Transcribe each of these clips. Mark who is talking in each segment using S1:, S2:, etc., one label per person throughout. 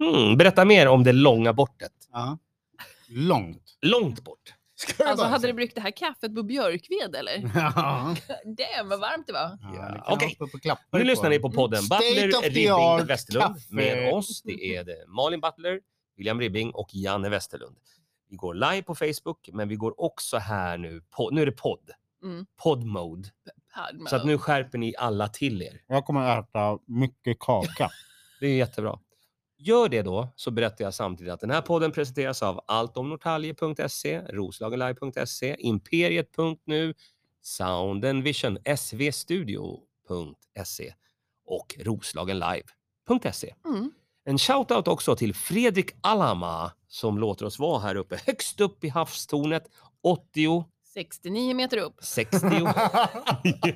S1: Mm, berätta mer om det långa bortet.
S2: Ja. Långt.
S1: Långt bort.
S2: Ska
S3: Alltså hade du
S2: säga?
S3: brukt det här kaffet på
S1: Mm.
S3: björkved eller?
S2: Ja.
S3: Damn vad varmt det
S2: Ja,
S3: var.
S1: Ja,
S2: det kan
S1: okej.
S2: hoppa på
S1: Nu
S2: klappar på.
S1: lyssnar ni på podden
S2: Mm. State of the
S1: Butler,
S2: art
S1: Ribbing, Westerlund
S2: kaffe.
S1: med oss. Det är det Malin Butler, William Ribbing och Janne Westerlund. Vi går live på Facebook, men vi går också här nu. På, nu är det podd.
S3: Mm.
S1: Podd-mode.
S3: Padma.
S1: Så att nu skärper ni alla till er.
S2: Jag kommer att äta mycket kaka.
S1: Det är jättebra. Gör det då, så berättar jag samtidigt att den här podden presenteras av alltomnortalje.se, roslagenlive.se, imperiet.nu, Sound and Vision, svstudio.se och roslagenlive.se.
S3: Mm.
S1: En shoutout också till Fredrik Alama som låter oss vara här uppe högst upp i havstornet, 80,
S3: 69 meter upp.
S1: 60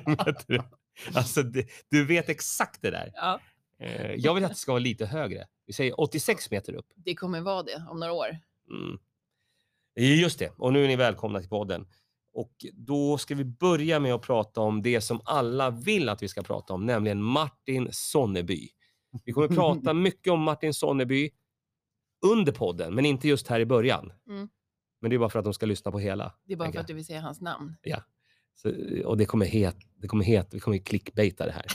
S1: meter. Alltså, det, du vet exakt det där.
S3: Ja,
S1: Eh, Jag vill att det ska vara lite högre. Vi säger 86 meter upp.
S3: det kommer vara det om några år.
S1: Mm. Just det, och nu är ni välkomna till podden. Och då ska vi börja med att prata om det som alla vill att vi ska prata om, nämligen Martin Sonneby. Vi kommer prata mycket om Martin Sonneby under podden, men inte just här i början.
S3: Mm.
S1: Men det är bara för att de ska lyssna på hela.
S3: Det är bara
S1: tänker
S3: för
S1: jag.
S3: att du vill säga hans namn.
S1: Så, och det kommer het, det kommer het, vi kommer clickbaita det här.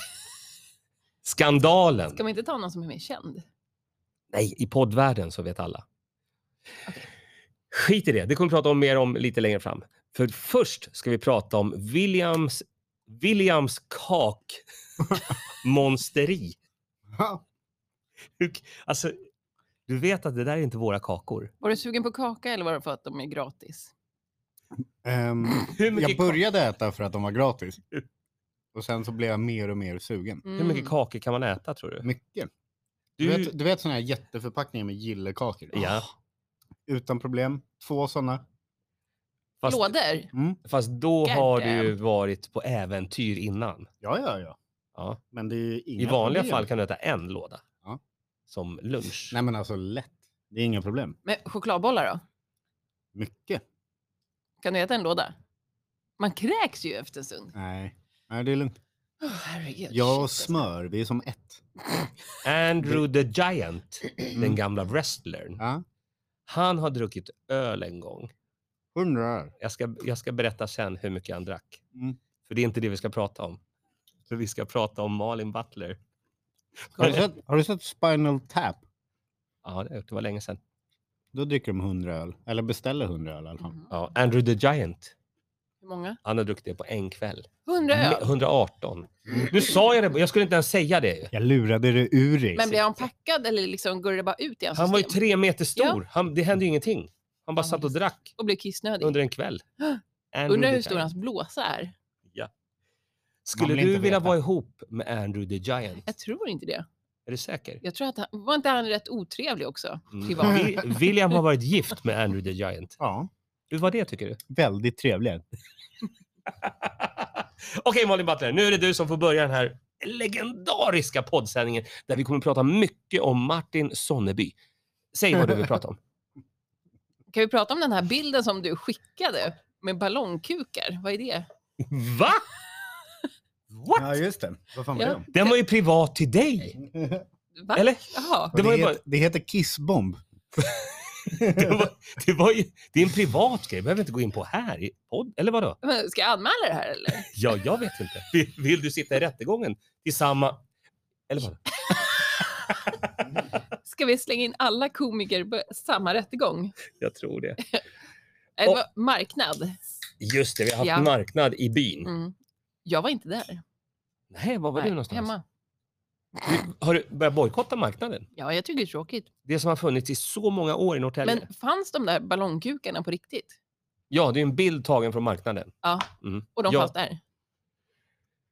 S1: Skandalen!
S3: Ska man inte ta någon som är mer känd?
S1: Nej, i poddvärlden så vet alla. Skit i det, det kommer vi prata om mer om lite längre fram. För först ska vi prata om Williams, Williams kakmonsteri.
S2: Ja.
S1: Hur- Alltså, du vet att det där är inte våra kakor.
S3: Var du sugen på kaka eller var det för att de är gratis?
S2: Ehm,
S1: Hur mycket,
S2: jag
S1: ka-
S2: började äta för att de var gratis. Och sen så blev jag mer och mer sugen.
S3: Mm.
S1: hur mycket kakor kan man äta tror du?
S2: Mycket. Du,
S1: du
S2: vet, du vet såna här jätteförpackningar med gillekakor? Ah.
S1: Ja,
S2: Utan problem. Två sådana.
S1: fast,
S3: Lådor?
S2: Mm.
S1: fast då
S3: God
S1: har du ju
S3: damn.
S1: varit på äventyr innan.
S2: Ja, ja, ja.
S1: Ja.
S2: Men det är ju inga
S1: I vanliga
S2: problem.
S1: fall kan du äta en låda.
S2: Ja.
S1: Som lunch.
S2: Nej, men alltså lätt. Det är inga problem.
S3: Men chokladbollar då?
S2: Mycket.
S3: Kan du äta en låda? Man kräks ju efter en stund.
S2: Nej, Nej det är lugnt.
S3: Åh, herregud.
S2: Jag
S3: shit,
S2: och
S3: alltså.
S2: smör, vi är som ett.
S1: Andrew the Giant,
S3: Mm.
S1: den gamla wrestlern.
S2: Mm. Ja.
S1: Han har druckit öl en gång.
S2: Hundra öre.
S1: Jag ska, jag ska berätta sen hur mycket han drack.
S2: Mm.
S1: För det är inte det vi ska prata om. För vi ska prata om Malin Butler.
S2: Har, du sett- har du sett Spinal Tap?
S1: Ja, det det var länge sedan.
S2: Då dricker de hundra öl. Eller beställer hundra öl i alla fall.
S3: Mhm.
S1: Ja, Andrew the Giant.
S3: Hur många?
S1: Han har druckit det på en kväll.
S3: Hundra
S1: Mm.
S3: öl?
S1: 118. Nu sa jag det, jag skulle inte ens säga det. ju.
S2: Jag lurade det ur dig.
S3: Men blir han packad eller liksom går det bara ut i hans
S1: Han var ju
S3: system?
S1: tre meter stor. Han, det hände ju ingenting. Han bara
S3: Ja,
S1: satt och
S3: just det.
S1: drack
S3: Och blir kissnödig?
S1: under en kväll. Andrew
S3: Undrar
S1: the
S3: hur stor
S1: Giant.
S3: hans blåsa är?
S1: Skulle
S2: Man vill
S1: du
S2: inte
S1: vilja
S2: veta.
S1: vara ihop med Andrew the Giant?
S3: Jag tror inte det.
S1: Är du säker?
S3: Jag tror att han, var inte han rätt otrevlig också?
S1: Mm.
S3: Privat.
S1: Vi- William har varit gift med Andrew the Giant.
S2: Ja,
S1: Hur var det tycker du?
S2: väldigt trevliga.
S1: Okej Malin Butler, nu är det du som får börja den här legendariska poddsändningen där vi kommer att prata mycket om Martin Sonneby. Säg vad du vill prata om.
S3: Kan vi prata om den här bilden som du skickade med ballongkukar? Vad är det?
S1: Va? What?
S2: Ja, just det. Vad fan var
S3: Ja.
S2: det om?
S1: Den var ju privat till dig.
S3: Va?
S1: Eller?
S3: Jaha.
S2: Och
S1: Det
S2: Det,
S1: var ju
S2: het- det heter kissbomb.
S1: Det, var, det, var ju, det är en privat grej, behöver vi inte gå in på här i podd. Eller vadå?
S3: Men Ska jag anmäla det här eller?
S1: Ja, jag vet inte. Vill, vill du sitta i rättegången i samma... Eller vadå?
S3: Ska vi slänga in alla komiker på samma rättegång?
S1: Jag tror det.
S3: Nej, Det var marknad.
S1: Just det, vi har haft
S3: Ja.
S1: marknad i byn.
S3: Mm. Jag var inte där.
S1: Nej, var var du
S3: Nej,
S1: någonstans?
S3: Hemma.
S1: Har du börjat bojkotta marknaden?
S3: Ja, jag tycker det är tråkigt.
S1: Det som har funnits i så många år i Norrtälje.
S3: Men fanns de där ballongkukarna på riktigt?
S1: Ja, det är en bild tagen från marknaden.
S3: Ja,
S1: Mm.
S3: och de
S1: ja.
S3: fanns där?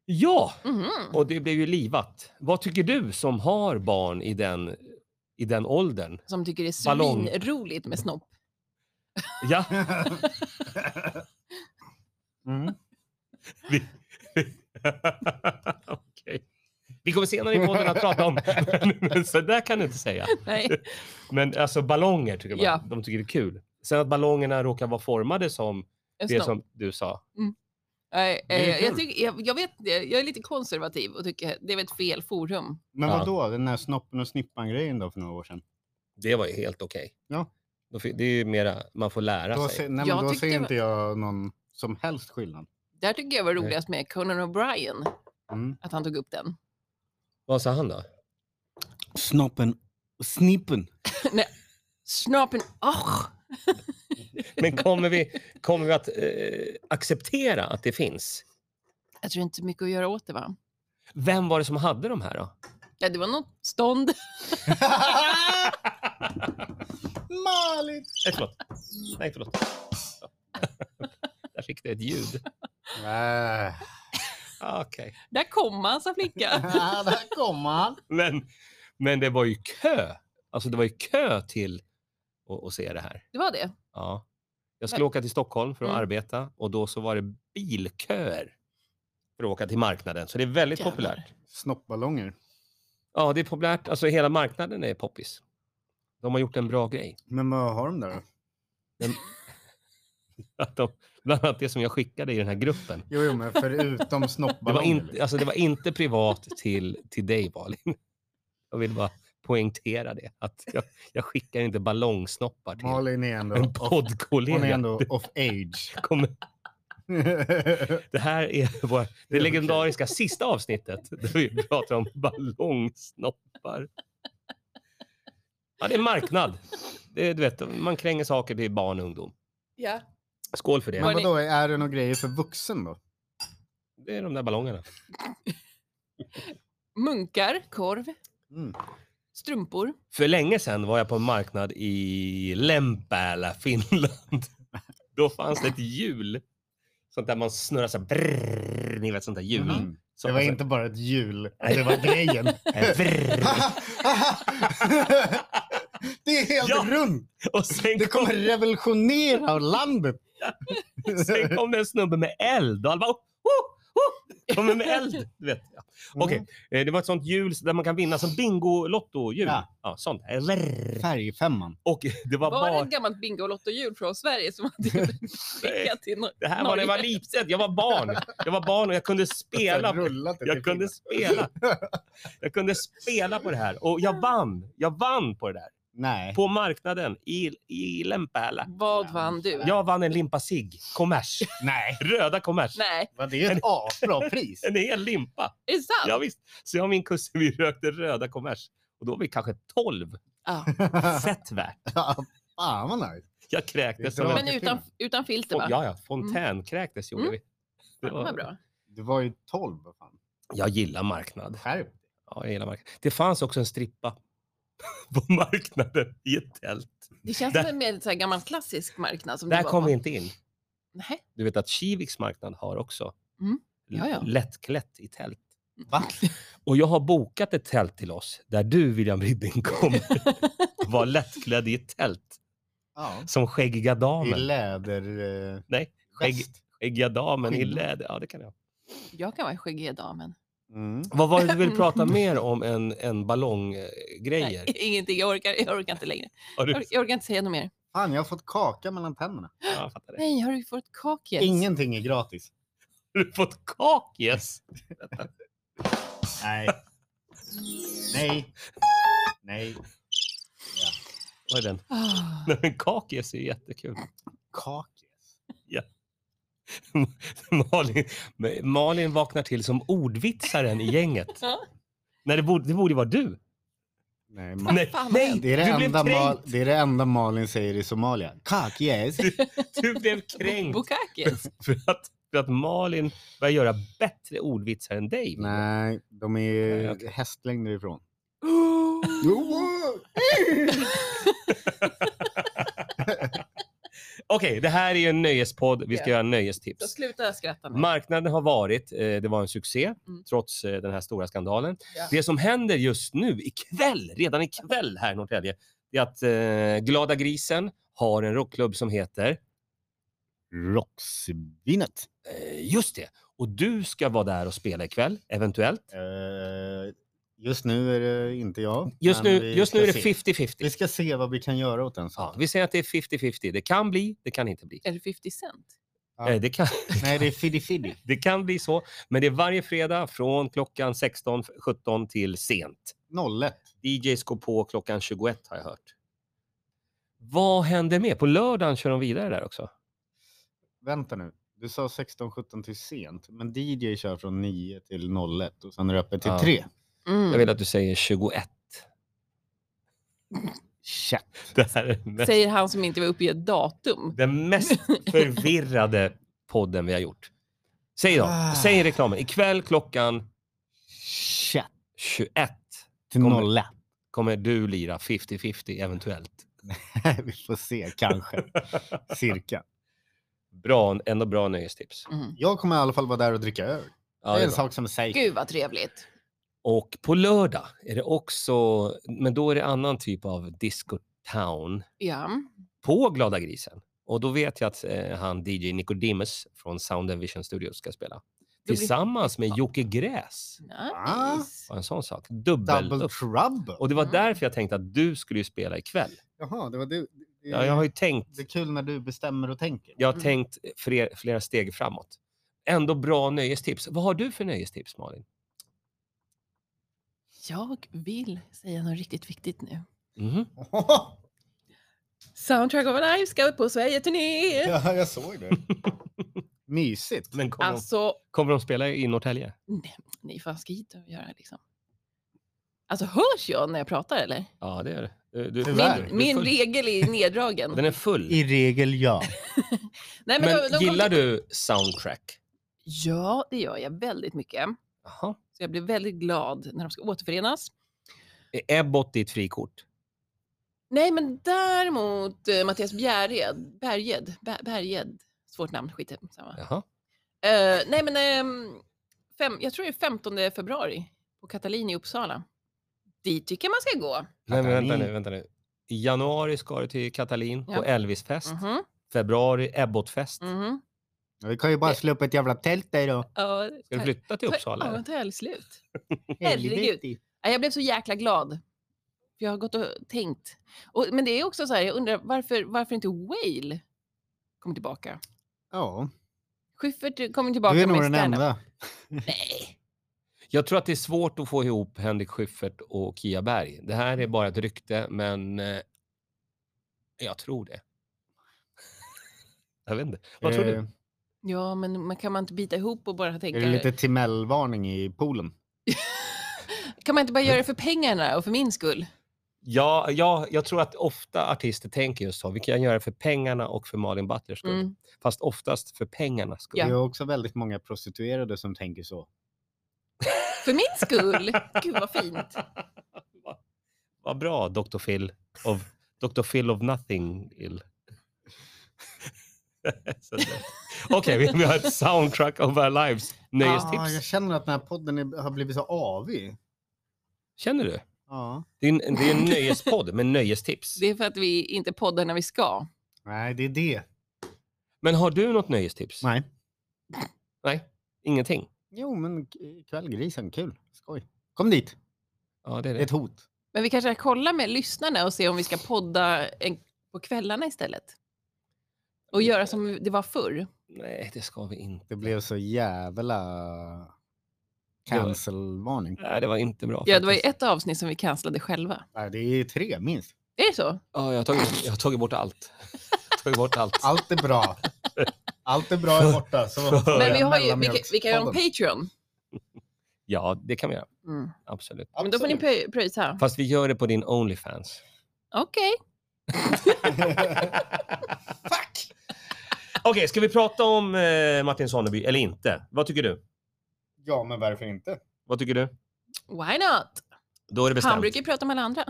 S1: Ja,
S3: Mhm.
S1: och det blev ju livat. Vad tycker du som har barn i den, i den åldern?
S3: Som tycker det är
S1: Ballong.
S3: svinroligt med snopp.
S1: Ja,
S2: Mm.
S1: vi... Okej. Vi kommer senare i podden att prata om, men så där kan du inte säga.
S3: Nej.
S1: Men alltså ballonger tycker man,
S3: Ja.
S1: de tycker det är kul. Sen att ballongerna råkar vara formade som
S3: En
S1: det
S3: snopp.
S1: som du sa.
S3: Mm. Nej,
S2: Det är
S3: eh, jag,
S2: kul.
S3: tycker, jag, jag, vet, det, jag är lite konservativ och tycker det är väl ett fel forum.
S2: Men
S1: Ja.
S2: vadå, den där snoppen och snippan-grejen då för några år sedan?
S1: Det var ju helt okej.
S2: Ja.
S1: Då fi- Det är ju mera, man får lära
S2: Då,
S1: sig.
S2: se, nej,
S3: Jag
S2: men då
S3: tyckte
S2: ser
S3: det var-
S2: inte jag någon som helst skillnad.
S3: Där tycker jag var
S1: Nej.
S3: roligast med Conan O'Brien,
S2: Mm.
S3: att han tog upp den.
S1: Vad sa han då?
S2: Snoppen och snippen.
S3: Snapen, oh,
S1: Men kommer vi, kommer vi att eh, acceptera att det finns?
S3: jag tror inte mycket att göra åt det va?
S1: Vem var det som hade de här då?
S3: Ja, det var något stånd.
S2: Malin!
S1: Nej, förlåt. Nej, förlåt. Ja. Där fick det ett ljud.
S2: Äh.
S1: Ah, Okej.
S3: Där kom han, sa flickan.
S2: Där kommer han.
S1: Men, men det var ju kö. Alltså det var ju kö till att, att se det här.
S3: Det var det.
S1: Ja. Jag skulle åka till Stockholm för att
S3: Mm.
S1: arbeta och då så var det bilköer för att åka till marknaden. Så det är väldigt
S3: Jävlar.
S1: populärt.
S2: Snoppballonger.
S1: Ja, det är populärt. Alltså hela marknaden är poppis. De har gjort en bra grej.
S2: Men vad har de där då?
S1: Att de, bland annat det som jag skickade i den här gruppen.
S2: Jo, jo men förutom
S1: Det var,
S2: snoppballonger.
S1: inte, alltså det var inte privat till, till dig, Malin. Jag vill bara poängtera det. Att jag, jag skickar inte ballongsnoppar
S2: liksom.
S1: till
S2: Malin är ändå,
S1: en
S2: off, hon är
S1: poddkollega.
S2: ändå off age.
S1: Kommer- Det här är vår, det legendariska sista avsnittet där vi pratar om ballongsnoppar. Ja, det är marknad. Det, är- du vet, man kränger saker till barn och ungdom.
S3: Ja.
S1: Skål för det.
S2: men
S3: Var ni-
S2: vadå, är det några grejer för vuxen då?
S1: Det är de där ballongerna.
S3: Munkar, korv,
S2: Mm.
S3: strumpor.
S1: För länge sedan var jag på en marknad i Lempälä, Finland. Då fanns det ett hjul. Sånt där man snurrar så här, brrrr, ni vet sånt där hjul. alltså
S2: Mm.
S1: Så-
S2: Det var
S1: så-
S2: inte bara ett hjul, det var grejen.
S1: eh, brrrr.
S2: det är helt
S1: Ja.
S2: runt!
S1: Och sen
S2: Det
S1: kom,
S2: kommer revolutionera landet!
S1: sen kom det en snubbe med eld och alla bara, oh, oh, oh, kommer med eld. Du vet. Ja. Okej, eh, det var ett sånt hjul där man kan vinna som Bingolotto-hjul. Ja.
S2: Ja.
S1: sånt. Eh, brrrr.
S2: Färgfemman.
S1: Och det var
S3: Var det
S1: bara...
S3: ett gammalt Bingolotto-hjul från Sverige som hade skickat till någon?
S1: Det här var när jag var liten. Jag var barn. Jag var barn och jag
S2: Alltså,
S1: kunde spela.
S2: Rullat det till
S1: Jag kunde
S2: filmen.
S1: spela. Jag kunde spela på det här och jag vann. Jag vann på det där.
S2: Nej.
S1: På marknaden i, i Lempäällä.
S3: Vad vann du?
S1: Jag vann en limpa cigg. Kommers.
S2: Nej.
S1: Röda kommers.
S3: Nej,
S2: Vad det är ett asbra pris.
S1: En hel limpa.
S3: är det sant?
S1: Ja, visst. Så jag och min kusin vi rökte röda kommers. Och då var vi kanske 12.
S3: Ja.
S1: Fett värt.
S2: Fan vad nice.
S1: Jag kräktes.
S2: Det är bra.
S1: som en-
S3: Men utan, utan filter va?
S1: Ja, ja. Fontänkräktes gjorde
S3: Mm.
S1: vi. Det
S3: Det var
S1: var,
S3: bra.
S2: Du var ju 12. vad Fan.
S1: jag gillar marknad.
S2: Skärp
S1: Ja, jag gillar marknaden. Det fanns också en strippa på marknaden i ett tält.
S3: Det känns
S1: Där-
S3: som en mer så här gammal klassisk marknad. Som
S1: Där
S3: det var
S1: kom
S3: på.
S1: vi inte in.
S3: Nej.
S1: Du vet att Kiviks marknad har också
S3: Mm, ja, ja.
S1: lättklätt i tält.
S2: Va?
S1: Och jag har bokat ett tält till oss där du, William Ribbing, kommer vara lättklädd i ett tält
S2: Ja.
S1: som skäggiga
S2: I
S1: damen.
S2: läder... Eh,
S1: Nej, skägg-
S2: väst.
S1: Skäggiga damen i
S3: Mm.
S2: Skinn.
S1: läder. Ja, det kan jag.
S3: Jag kan vara skäggig damen.
S2: Mm.
S1: Vad var det du ville prata mer om än, än ballonggrejer?
S3: Nej, ingenting, jag orkar, jag orkar inte längre.
S1: Har
S3: Jag
S1: du...
S3: orkar, jag orkar inte säga något mer.
S2: Fan, jag har fått kaka mellan tänderna.
S1: Ja, jag fattar det.
S3: Nej, har du fått kakjäs?
S2: Ingenting är gratis.
S1: Har du fått kakgäss?
S2: Nej. Nej. Nej.
S1: Vad är den?
S3: Ah,
S1: Nej, men kakgäss är ju jättekul.
S2: Kakis.
S1: Malin, Malin vaknar till som ordvitsaren i gänget.
S3: Ja.
S1: Nej, det borde, det borde vara du.
S2: Nej,
S1: Nej,
S3: fan vad
S1: nej
S3: hemskt.
S2: Det är det,
S1: du, blev
S2: enda Mal-
S1: kränkt.
S2: det är det enda Malin säger i Somalia. Kak yes.
S1: du blev kränkt
S3: Bukakis.
S1: för att, för att Malin började göra bättre ordvitsar än dig.
S2: Nej, de är
S1: Nej,
S2: ju
S1: okej.
S2: hästlängder ifrån.
S1: Okej, det här är ju en nöjespodd. Vi ska
S3: Ja.
S1: göra
S3: Så
S1: nöjestips.
S3: sluta skratta nu.
S1: Marknaden har varit, eh, det var en succé
S3: Mm.
S1: trots eh, den här stora skandalen.
S3: Ja.
S1: Det som händer just nu ikväll, redan ikväll här i Norrtälje, det är att eh, Glada Grisen har en rockklubb som heter
S2: Roxvinet.
S1: Eh, just det. Och du ska vara där och spela ikväll, eventuellt.
S2: Eh, just nu är det inte jag.
S1: Just,
S2: men
S1: nu,
S2: vi
S1: just nu
S2: ska
S1: är det
S2: se.
S1: 50-50.
S2: Vi ska se vad vi kan göra åt den
S1: Ja,
S2: saken.
S1: vi säger att det är 50-50. Det kan bli, det kan inte bli.
S3: Är det 50 cent?
S2: Ja.
S1: Eh, Det kan,
S2: Nej, det är Fiddy Fiddy.
S1: det kan bli så, men det är varje fredag från klockan 16, 17 till sent.
S2: 01.
S1: DJs går på klockan 21 har jag hört. Vad händer med? På lördagen kör de vidare där också.
S2: Vänta nu. Du sa 16-17 till sent, men DJ kör från 9 till 01 och sen är det öppet till
S1: Ja.
S2: 3.
S3: Mm.
S1: Jag vill att du säger 21.
S2: Shit.
S1: Det här är den mest,
S3: Säger han som inte vill uppge ett datum.
S1: den mest förvirrade podden vi har gjort. Säg då,
S2: Ah.
S1: säg reklamen. Ikväll klockan
S2: Shit.
S1: 21
S2: Till
S1: Kommer.
S2: 01.
S1: kommer du lira 50-50 eventuellt.
S2: Vi får se, kanske. Cirka.
S1: Bra, ändå bra nöjestips.
S3: Mm.
S2: Jag kommer i alla fall vara där och dricka öl.
S1: Ja,
S2: det
S1: det
S2: är
S1: är
S2: en
S1: bra.
S2: sak som är safe.
S3: Gud vad trevligt.
S1: Och på lördag är det också, men då är det annan typ av disco town
S3: Ja.
S1: på Glada grisen. Och då vet jag att eh, han DJ Nicodemus från Sound and Vision Studios ska spela.
S3: blir-
S1: Tillsammans Ah. med Jocke Gräs.
S3: Nice.
S1: Och en sån sak. Dubbel
S2: Double
S1: upp.
S2: trouble.
S1: Och det var
S3: Mm.
S1: därför jag tänkte att du skulle ju spela ikväll.
S2: Jaha, det var du. Det,
S1: Ja, jag har ju tänkt,
S2: det är kul när du bestämmer och tänker.
S1: jag har
S3: Mm.
S1: tänkt flera, flera steg framåt. Ändå bra nöjestips. Vad har du för nöjestips Malin?
S3: Jag vill säga något riktigt viktigt nu.
S1: Mhm.
S3: Soundtrack of Life ska ut på Sverige-turné!
S2: Ja, jag såg det. Mysigt.
S1: Men kommer,
S3: Alltså,
S1: de, kommer de spela i Norrtälje?
S3: nej, nej, fan ska hit och göra liksom. Alltså hörs jag när jag pratar eller?
S1: Ja, det är det. Du, du,
S2: Tyvärr.
S1: du-
S3: Min, min
S1: full-
S3: regel är neddragen.
S1: Den är full.
S2: I regel ja.
S3: nej,
S1: men
S3: de- de kom
S1: gillar
S3: till-
S1: du soundtrack?
S3: Ja, det gör jag väldigt mycket.
S1: Jaha.
S3: Så jag blir väldigt glad när de ska återförenas.
S1: Är Ebbot ditt frikort?
S3: Nej, men däremot eh, Mattias Bjärred, Berged, Ber- Berged, svårt namn, skit i samma.
S1: Jaha.
S3: Eh, nej, men ehm, fem, jag tror det är 15 februari på Katalin i Uppsala. Dit tycker jag man ska gå.
S1: Nej, men vänta
S2: Katalin.
S1: nu, vänta nu. I januari ska du till Katalin
S3: Ja.
S1: på Elvisfest.
S3: Mhm,
S1: Februari Ebbotfest.
S3: mhm.
S2: Vi kan ju bara slå upp ett jävla tält där då.
S3: Ja,
S1: Ska du flytta till Uppsala?
S3: Ja,
S1: eller?
S3: men ta helg slut. Herregud. Nej, Jag blev så jäkla glad. För Jag har gått och tänkt. Och, men det är också så här, jag undrar varför, varför inte Whale kom tillbaka?
S2: Ja,
S3: Schyffert
S2: du
S3: kommer
S2: är
S3: tillbaka
S2: nog den
S3: med stand-up.
S2: enda.
S3: Nej.
S1: Jag tror att det är svårt att få ihop Henrik Schyffert och Kia Berg. Det här är
S3: Mm.
S1: bara ett rykte, men eh, jag tror det. jag vet inte. Vad tror
S2: Eh,
S1: du?
S3: Ja, men man kan man inte bita ihop och bara tänka...
S2: Är det lite Timell-varning i poolen?
S3: Kan man inte bara göra det för pengarna och för min skull?
S1: Ja, ja, jag tror att ofta artister tänker just så. Vi kan göra det för pengarna och för Malin Butlers skull.
S3: Mm.
S1: Fast oftast för pengarnas skull.
S3: Ja.
S2: Det är också väldigt många prostituerade som tänker så.
S3: För min skull? Gud vad fint.
S1: Vad vad bra, Dr. Phil. Of, Dr. Phil of nothing. ill. Så det- Okej, vi- vi har ett soundtrack of our lives.
S2: Ah, jag
S1: Nöjestips.
S2: känner att den här podden är, har blivit så avig.
S1: Känner du?
S2: Ja.
S1: Det är en, det är en nöjespodd med nöjestips.
S3: Det är för att vi inte poddar när vi ska.
S2: Nej, det är det.
S1: Men har du något nöjestips?
S2: Nej.
S1: Nej, ingenting.
S2: Jo, men k- kvällgrisen, kul. Skoj. Kom dit.
S1: Ja, det är
S2: Det är ett
S1: det.
S2: hot.
S3: Men vi kanske ska kolla med lyssnarna och se om vi ska podda en, på kvällarna istället. Och göra som det var förr.
S1: Nej, det ska vi inte.
S2: Det blev så jävla cancelvarning.
S1: Nej, det var inte bra.
S3: Ja, det var ju
S1: faktiskt.
S3: ett avsnitt som vi cancellade själva.
S2: Nej, det är tre minst.
S3: Är det så?
S1: Ja, jag, har tagit, jag har tagit bort allt. Jag har tagit bort allt.
S2: Allt är bra. Allt är bra är borta. Så
S1: Men
S3: Men vi, har ju, vi, kan- vi kan göra en Patreon.
S1: Ja, det kan vi göra.
S3: Mm.
S1: Absolut.
S3: Men då får ni prö- pröjsa.
S1: Fast vi gör det på din Onlyfans.
S3: Okej.
S1: Fuck! Okej, ska vi prata om eh, Martin Sonneby eller inte? Vad tycker du?
S2: Ja, men varför inte?
S1: Vad tycker du?
S3: Why not?
S1: Då är det
S3: Han
S1: bestämt.
S3: brukar ju prata med alla andra.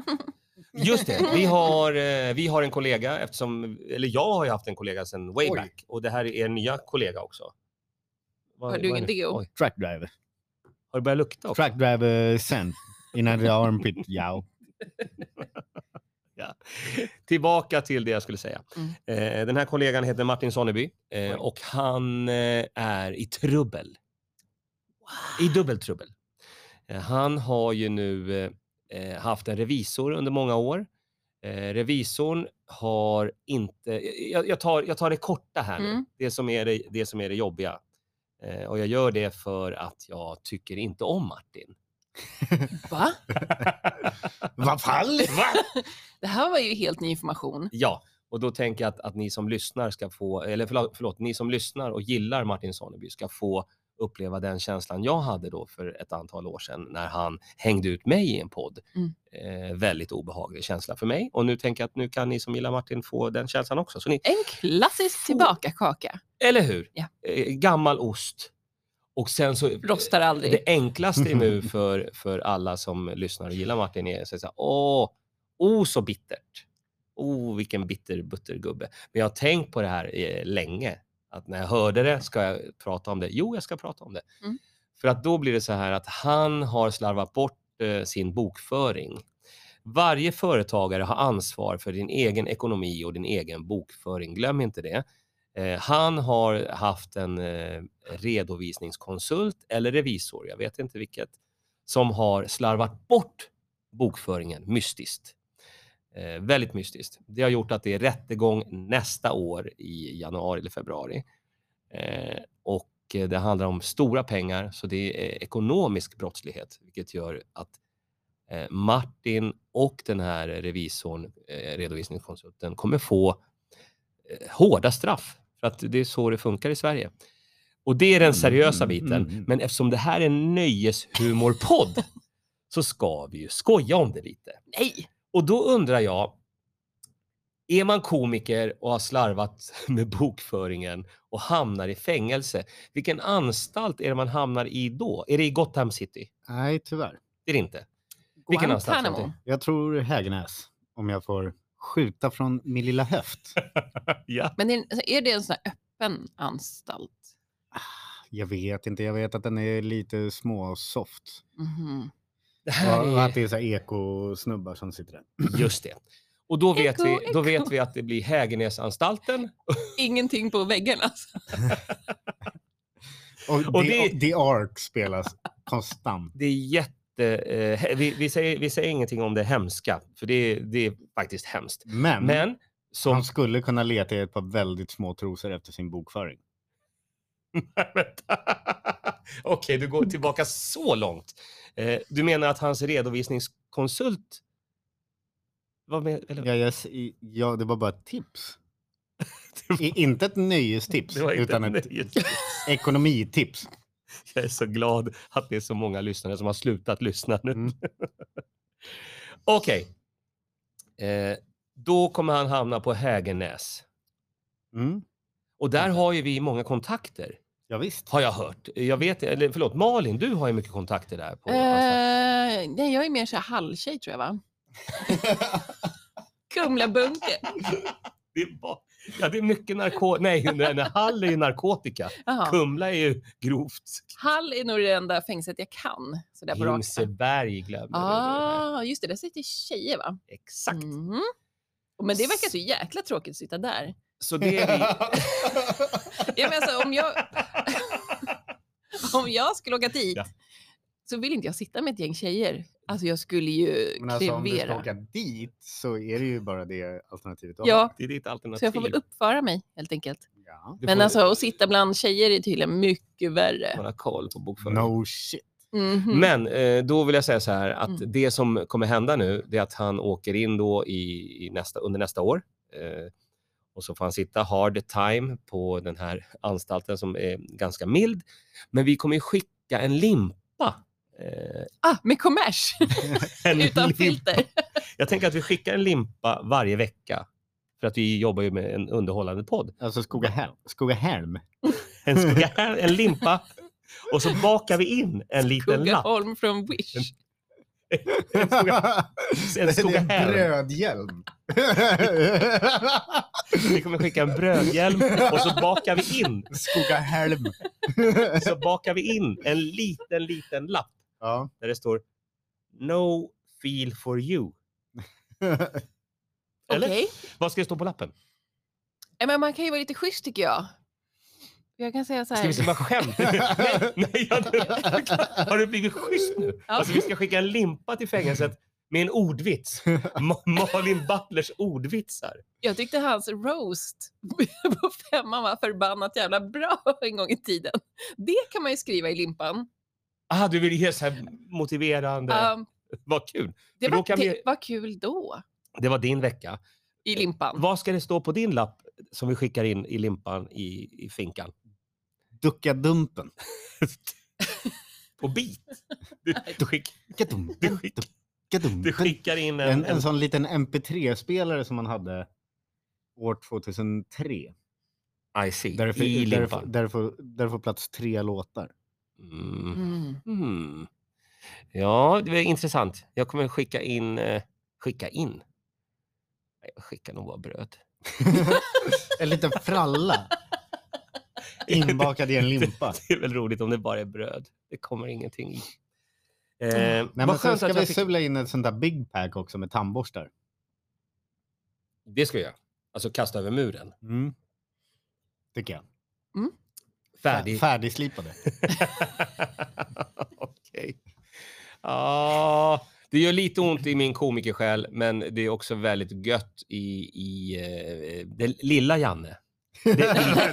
S1: Just det, vi har, eh, vi har en kollega eftersom, eller jag har ju haft en kollega sedan way
S2: Oj.
S1: back och det här är er nya kollega också. Vad-
S3: Har du
S1: vad är det?
S3: ingen deo?
S1: Oj,
S2: Truck driver.
S1: Har det börjat lukta också?
S2: Truck driver sen. Innan det armpit, ja.
S1: Tillbaka till det jag skulle säga.
S3: Mm.
S1: Eh, den här kollegan heter Martin Sonneby
S2: Oj.
S1: eh, och han eh, är i trubbel.
S3: Wow.
S1: i dubbeltrubbel. Eh, Han har ju nu eh, eh, haft en revisor under många år Eh, revisorn har inte... eh, Jag, jag, tar, jag tar det korta här nu,
S3: Mm.
S1: det, som är det, det som är det jobbiga. Eh, och jag gör det för att jag tycker inte om Martin.
S3: Va?
S2: Vad fall?
S3: Det här var ju helt ny information.
S1: Ja, och då tänker jag att, att ni som lyssnar ska få, eller förlåt, förlåt, ni som lyssnar och gillar Martin Sonneby ska få uppleva den känslan jag hade då för ett antal år sedan när han hängde ut mig i en podd.
S3: Mm.
S1: Eh, väldigt obehaglig känsla för mig och nu tänker jag att nu kan ni som gillar Martin få den känslan också. Så ni,
S3: En klassisk tillbakakaka.
S1: eller hur?
S3: Ja.
S1: Eh, gammal ost. Och sen så...
S3: Rostar aldrig.
S1: Det enklaste nu för, för alla som lyssnar och gillar Martin är att säga så här, åh, oh så bittert. Oh, vilken bitter buttergubbe. Men jag har tänkt på det här eh, länge. Att när jag hörde det, ska jag prata om det? Jo, jag ska prata om det.
S3: Mm.
S1: För att då blir det så här att han har slarvat bort eh, sin bokföring. Varje företagare har ansvar för din egen ekonomi och din egen bokföring. Glöm inte det. Eh, han har haft en eh, redovisningskonsult eller revisor, jag vet inte vilket, som har slarvat bort bokföringen mystiskt. Eh, väldigt mystiskt. Det har gjort att det är rättegång nästa år i januari eller februari. Eh, och eh, det handlar om stora pengar, så det är ekonomisk brottslighet, vilket gör att eh, Martin och den här revisorn, eh, redovisningskonsulten, kommer få eh, hårda straff. För att det är så det funkar i Sverige. Och det är den seriösa
S2: Mm,
S1: biten.
S2: mm.
S1: Men eftersom det här är en nöjeshumorpodd så ska vi ju skoja om det lite.
S3: Nej!
S1: Och då undrar jag, är man komiker och har slarvat med bokföringen och hamnar i fängelse, vilken anstalt är det man hamnar i då? Är det i Gotham City?
S2: Nej, tyvärr.
S1: Det är det inte. Vilken anstalt?
S3: Guantanamo.
S2: Jag tror Hägernäs, om jag får skjuta från min lilla höft.
S1: Ja.
S3: Men är, alltså, är det en sån här öppen anstalt?
S2: Jag vet inte, jag vet att den är lite små och soft.
S3: Mhm.
S1: Det
S2: Ja,
S1: här
S2: Och att
S1: är...
S2: det är så här ekosnubbar som sitter där.
S1: Just det. Och då vet,
S3: Eko,
S1: vi, då
S3: eko.
S1: vet vi att det blir Hägernäsanstalten.
S3: Ingenting på väggarna. Alltså.
S2: Och,
S1: Och
S2: The,
S1: det-
S2: The Ark spelas konstant.
S1: Det är jätte... Eh, he- vi, vi, säger, vi säger ingenting om det hemska, för det, det är faktiskt hemskt.
S2: Men,
S1: Men som
S2: han skulle kunna leta i ett par väldigt små trosor efter sin bokföring.
S1: Vänta. Okej, du
S2: Mm.
S1: går tillbaka så långt. Eh, du menar att hans redovisningskonsult... Vad men, eller,
S2: Ja, jag, s- i- ja, det var bara ett tips. I, inte ett nöjestips,
S1: Det var inte
S2: utan ett
S1: nöjes.
S2: ekonomitips.
S1: Jag är så glad att det är så många lyssnare som har slutat lyssna nu.
S2: Mm.
S1: Okej. Eh, då kommer han hamna på Hägernäs.
S2: Mm.
S1: Och där har ju vi många kontakter,
S2: Ja, visst.
S1: har jag hört. Jag vet, eller förlåt, Malin, du har ju mycket kontakter där. På, anstalten.
S3: Eh, nej, jag är mer så här halltjej tror jag va? Kumlabunke.
S1: det, är bara, ja, det är mycket narkotika. Nej, nej, nej, Hall är ju narkotika.
S3: Jaha.
S1: Kumla är ju grovt.
S3: Hall är nog det enda fängelset jag kan. Så där på raka.
S1: Hinseberg glömde du.
S3: Ah, just det, där sitter tjejer va?
S1: Exakt.
S3: Mhm. Men det verkar så jäkla tråkigt att sitta där.
S1: Så det är vi.
S3: Ja, men alltså, om, jag, om jag skulle åka dit
S1: Ja.
S3: så vill inte jag sitta med ett gäng tjejer. Alltså jag skulle ju
S2: Men alltså om du ska
S3: krevera.
S2: åka dit så är det ju bara det alternativet du har.
S3: Ja,
S1: Det är ditt alternativ.
S3: så jag får väl uppföra mig helt enkelt.
S2: Ja.
S1: Du
S3: Men
S1: får
S3: alltså att sitta bland tjejer är tydligen mycket värre.
S1: hålla koll på bokföringen.
S2: No shit.
S3: Mhm.
S1: Men eh, då vill jag säga så här att
S3: Mm.
S1: det som kommer hända nu det är att han åker in då i, i nästa, under nästa år. Eh, och så får han sitta hard time på den här anstalten som är ganska mild. Men vi kommer ju skicka en limpa. Eh,
S3: Ah, med kommers
S1: en
S3: utan
S1: limpa.
S3: filter.
S1: Jag tänker att vi skickar en limpa varje vecka. För att vi jobbar ju med en underhållande podd.
S2: Alltså Skogahelm. Skogahelm.
S1: En, skugga, en limpa och så bakar vi in en liten lapp.
S3: Kuggaholm från Wish.
S1: En Skogahelm.
S2: brödhjälm.
S1: Vi kommer skicka en brödhjälm och så bakar vi in,
S2: Skogahelm.
S1: så bakar vi in en liten, liten lapp
S2: ja.
S1: där det står No feel for you. Eller?
S3: Okej.
S1: Vad ska det stå på lappen?
S3: Ja, Men man kan ju vara lite schysst tycker jag. Jag kan säga så
S1: Ska vi
S3: här.
S1: skriva skämt? Nej, nej, jag, har det blivit schysst nu?
S3: Ja.
S1: Alltså, vi ska skicka en limpa till fängelset med en ordvits. Ma- Malin Butlers ordvitsar.
S3: Jag tyckte hans roast på femman var förbannat jävla bra en gång i tiden. Det kan man ju skriva i limpan.
S1: Ah, du vill ge så här motiverande.
S3: Um,
S1: Vad kul.
S3: det
S1: För då
S3: var,
S1: kan
S3: det
S1: vi-
S3: var kul då,
S1: Det var din vecka.
S3: i limpan.
S1: Vad ska det stå på din lapp som vi skickar in i limpan i, i finkan?
S2: Ducka dumpen.
S1: På bit? Du, skick,
S2: Ducka dumpen.
S1: Du skick-
S2: Ducka dumpen.
S1: du skickar in en...
S2: en, en sån liten MP3-spelare som man hade år 2003.
S1: I see.
S2: Där det får-
S1: I
S2: där det får-
S1: limpan.
S2: där det får- där det får plats tre låtar.
S1: Mm.
S3: Mm.
S1: Hmm. Ja, det är intressant. Jag kommer skicka in... Eh, skicka in? Nej, Jag skickar nog bara bröd.
S2: en liten fralla inbakad i en limpa.
S1: Det är väl roligt om det bara är bröd. Det kommer ingenting i. Eh,
S2: Nej, men
S1: vad
S2: sen
S1: skönt
S2: ska
S1: att
S2: vi
S1: jag fick...
S2: sula in ett sånt där big pack också med tandborstar.
S1: Det ska jag göra. Alltså kasta över muren.
S2: Mm. Tycker jag.
S1: Färdig.
S2: Färdigslipade.
S1: Okej. Ja, det gör lite ont i min komikersjäl, men det är också väldigt gött i, i eh, den lilla Janne. Det,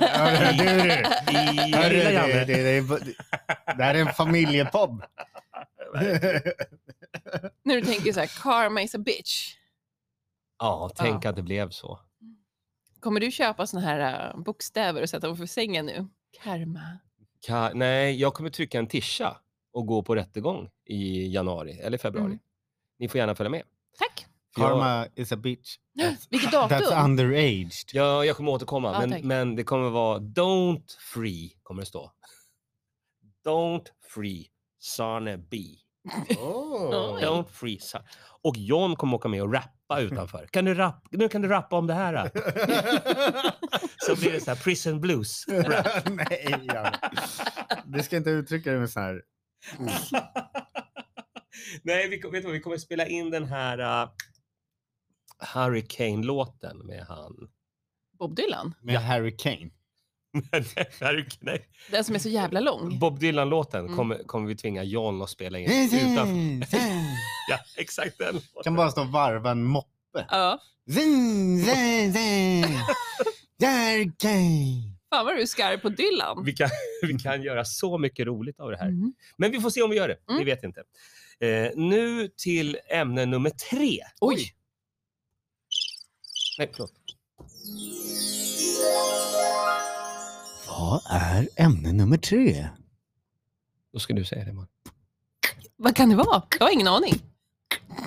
S2: Hörru, du, du.
S1: i, i
S2: Hörru,
S1: lilla
S2: du,
S1: Janne.
S2: det, det, är- det här är en familjepodd.
S3: När du tänker så här, karma is a bitch.
S1: Ja, tänk att det blev så.
S3: Kommer du köpa såna här äh, bokstäver och sätta dem för sängen nu? Karma.
S1: Ka- nej, jag kommer trycka en tischa och gå på rättegång i januari eller februari.
S3: Mm.
S1: Ni får gärna följa med.
S3: Tack.
S1: För jag-
S2: Karma is a bitch. That's,
S3: Vilket
S2: that's
S3: datum?
S2: underaged.
S1: Typ. Ja, jag kommer återkomma,
S3: Ja, tack.
S1: men, men det kommer vara Don't Free, kommer det stå. Don't Free Sarne B.
S3: Oj.
S1: Don't Free Sarne. Och John kommer åka med och rappa utanför. Kan du rappa? Nu kan du rappa om det här. då. Så blir det så här prison blues.
S2: Nej, Janne. Du ska inte uttrycka dig med sån här...
S1: Nej, vi, kom- vet du vad, vi kommer spela in den här uh, Hurricane-låten med han.
S3: Bob Dylan.
S2: Med Harry Kane.
S1: Hurricane- Nej,
S3: Den som är så jävla lång.
S1: Bob Dylan-låten
S3: Mm.
S1: kommer, kommer vi tvinga John att spela in utanför. Ja, exakt den. låten.
S2: Kan bara stå och varva en mopp.
S3: Ja.
S2: Zin, zin, zin. Harry Kane.
S3: Fan vad du är skarp på Dylan.
S1: Vi kan, vi kan göra så mycket roligt av det här.
S3: Mm.
S1: Men vi får se om vi gör det. Vi
S3: Mm.
S1: vet inte. Eh, nu till ämne nummer tre.
S3: Oj!
S1: Nej, förlåt.
S2: Vad är ämne nummer tre?
S1: Då ska du säga det, man.
S3: Vad kan det vara? Jag har ingen aning.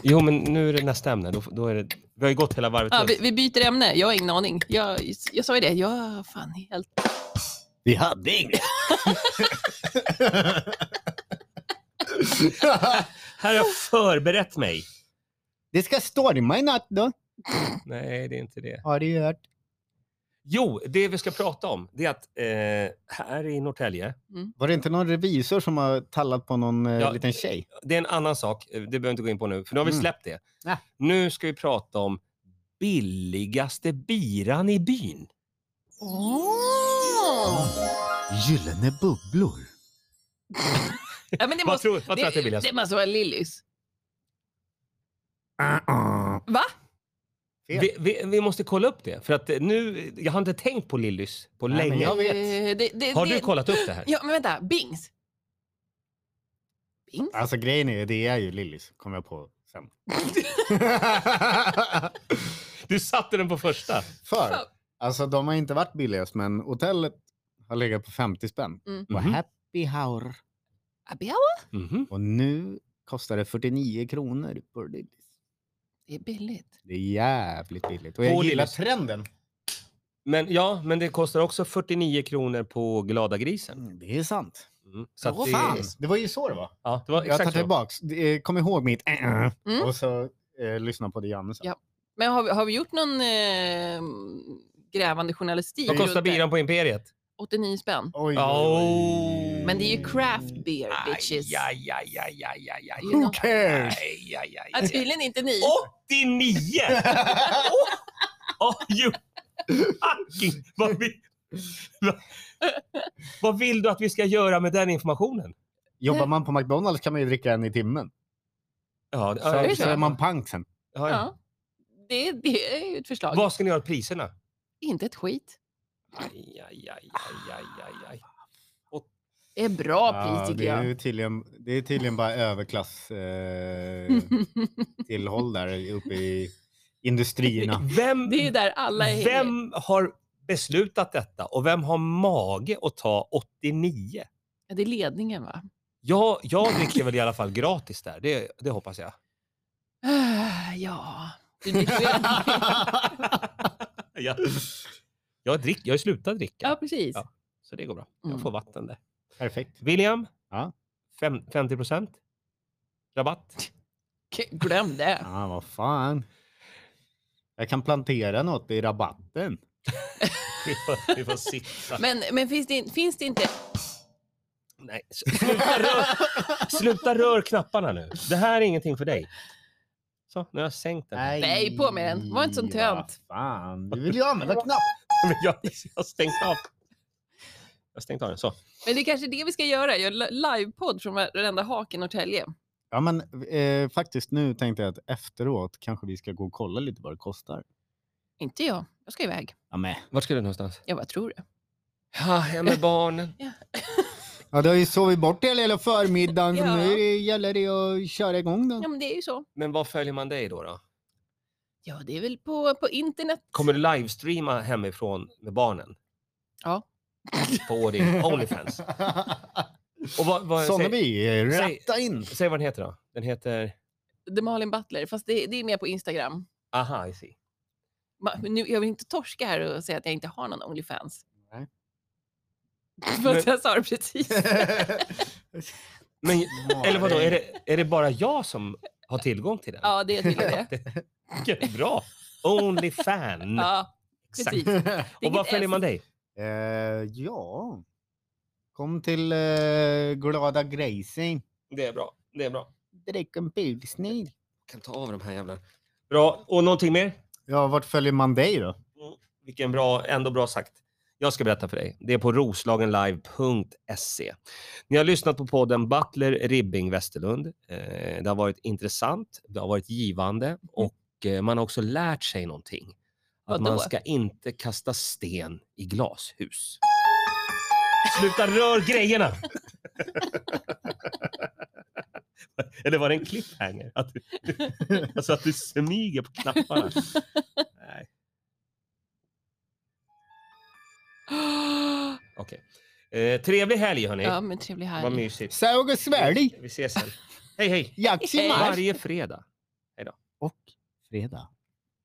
S1: Jo, men nu är det nästa ämne. Då, då är det, vi har ju gått hela varvet
S3: Ja,
S1: runt.
S3: vi, vi byter ämne. Jag har ingen aning. Jag, jag sa ju det. Jag fan helt...
S2: Vi hade inget.
S1: Här har jag förberett mig.
S2: det ska storma i natt då.
S1: Nej, det är inte det.
S2: Har du hört?
S1: Jo, det vi ska prata om, det är att eh, här i Norrtälje,
S2: Var det inte någon revisor som har tallat på någon eh,
S1: Ja.
S2: liten tjej?
S1: det är en annan sak, eh, det behöver jag inte gå in på nu, för nu har vi
S2: Mm.
S1: släppt det.
S2: Ja.
S1: Nu ska vi prata om billigaste biran i byn.
S2: Gyllene bubblor.
S3: Ja, men det
S1: Vad
S3: måste,
S1: tror, vad tror du att det är
S3: det,
S1: billigast?
S3: det måste vara Lillys.
S2: Mm.
S3: Va?
S2: Ja.
S1: Vi, vi, vi måste kolla upp det, för att eh, nu, jag har inte tänkt på Lillys på
S2: Nej, men
S1: länge.
S2: jag vet.
S3: Eh, Det, det,
S1: Har
S3: det,
S1: du kollat upp det här?
S3: Ja, men vänta. Bings. Bings?
S2: Alltså grejen är, det är ju Lillis, kom jag på sen.
S1: Du satte den på första.
S2: Mm. För, alltså de har inte varit billigast, men hotellet har legat på 50 spänn.
S3: Mm.
S2: På
S1: Mhm.
S2: happy hour.
S3: Abia?
S1: Mhm.
S2: Och nu kostar det 49 kronor på Lillis.
S3: Det är billigt.
S2: Det är jävligt billigt. Och
S1: På
S2: jag gillar
S1: Lillis.
S2: trenden.
S1: Men ja, men det kostar också 49 kronor på Glada grisen.
S2: Mm, Det är sant.
S1: Mm. Så att
S2: Åh,
S1: det-
S2: fan. Det var ju så det var.
S1: Ja, det var
S2: Jag tar
S1: exakt så.
S2: tillbaks. Det, eh, Kom ihåg mitt äh, äh.
S3: Mm.
S2: och så eh, lyssna på det Janne sa.
S3: Ja. Men har vi, har vi gjort någon eh, grävande journalistik?
S1: Vad kostar
S3: runt det?
S1: biran på Imperiet?
S3: 89 spänn.
S2: Oj,
S1: Oh.
S3: Men det är ju craft beer, bitches.
S1: Aj, aj, aj, aj, aj, aj, aj.
S3: You know.
S2: Who cares?
S1: Aj, aj, aj,
S3: Ja,
S1: aj.
S3: tydligen inte ni.
S1: 89! Oh, oh, you fucking... Vad vill, vad, vad vill du att vi ska göra med den informationen?
S2: Jobbar man på McDonalds kan man ju dricka en i timmen.
S1: Ja,
S2: Så,
S1: ja,
S3: just
S2: så
S3: det.
S2: är man pank sen.
S1: ja, ja.
S3: Ja. Det, det är ju ett förslag.
S1: Vad ska ni göra åt priserna?
S3: Inte ett skit.
S1: Aj, aj, aj, aj, aj, aj, aj.
S3: Det är bra pris tycker
S2: det, är
S3: jag.
S2: ju tydligen, det är tydligen bara överklass eh, tillhåll där uppe i industrierna.
S1: Vem,
S3: det är ju där alla är.
S1: vem har beslutat detta och vem har mage att ta 89?
S3: Ja, det är ledningen va?
S1: Jag, jag dricker väl i alla fall gratis där, det, det hoppas jag.
S3: Ah, Ja. Du dricker ju-
S1: jag, jag, drick, jag har slutat dricka,
S3: ja, precis.
S1: Ja. så det går bra.
S3: Mm.
S1: Jag får vatten där.
S2: Perfekt.
S1: William,
S2: Ja.
S1: fem, 50 procent rabatt.
S3: K- Glöm det.
S2: Ja, vad fan. Jag kan plantera något i rabatten.
S1: Vi får, vi får sitta.
S3: Men, men finns, det, finns det inte...
S1: Nej, s- sluta, rör, sluta rör knapparna nu. Det här är ingenting för dig. Så, nu har jag sänkt den. här.
S3: Nej, på med den. Var inte sån tönt.
S2: Vad fan, du vill ju använda knapp.
S1: Men Jag, jag har stängt av. Jag har stängt av den. Så.
S3: Men det är kanske det vi ska göra. Gör li- livepodd från varenda hak i Norrtälje.
S2: Ja, men eh, faktiskt nu tänkte jag att efteråt kanske vi ska gå och kolla lite vad det kostar.
S3: Inte jag. Jag ska iväg.
S2: Ja, men.
S1: Vart ska du någonstans?
S3: Jag bara tror
S2: Mm.
S3: det.
S1: Ja, hem med barnen.
S2: ja då har vi sovit bort hela, hela förmiddagen.
S3: Ja.
S2: så Nu gäller det att köra igång den.
S3: Ja, men det är ju så.
S1: Men var följer man dig då? då?
S3: Ja, det är väl på, på internet.
S1: Kommer du livestreama hemifrån med barnen?
S3: Ja.
S1: På din Onlyfans. Och vad, vad, säg,
S2: Sonneby, eh,
S1: säg-
S2: ratta in.
S1: säg vad den heter då. Den heter...
S3: The Malin Butler. Fast det, det är mer på Instagram.
S1: Aha, I see.
S3: Ma- men Nu, jag vill inte torska här och säga att jag inte har någon Onlyfans.
S2: Nej.
S3: För
S1: Men-
S3: att jag sa det precis.
S1: Men, eller vadå, är det, är det bara jag som har tillgång till den?
S3: Ja, det är tydligen det.
S1: Gud, Bra! Onlyfan.
S3: Ja,
S1: Exakt.
S3: precis.
S1: Och var
S3: Vilket
S1: följer
S3: S.
S1: man dig?
S2: Eh, ja. Kom till eh, Glada Grejsing.
S1: Det är bra. Det är bra.
S2: Drick en pilsner.
S1: kan ta av de här jävla... Bra. Och någonting mer?
S2: Ja, vart följer man dig då?
S1: Vilken bra, ändå bra sagt. Jag ska berätta för dig. Det är på roslagenlive.se. Ni har lyssnat på podden Butler Ribbing Westerlund. Eh, Det har varit intressant, det har varit givande och eh, man har också lärt sig någonting. Att
S3: Vadå?
S1: man ska inte kasta sten i glashus. Sluta rör grejerna! Eller var det en cliffhanger? Att du, alltså att du smyger på knapparna. Nej. Okej. Eh, trevlig helg hörni.
S3: Ja, men trevlig
S1: Vad
S3: helg.
S1: mysigt.
S2: Såg och
S1: Vi,
S2: svälj!
S1: vi ses sen. Hej hej.
S2: Jaxi
S3: Hej.
S2: mars!
S1: Varje fredag.
S2: Och fredag.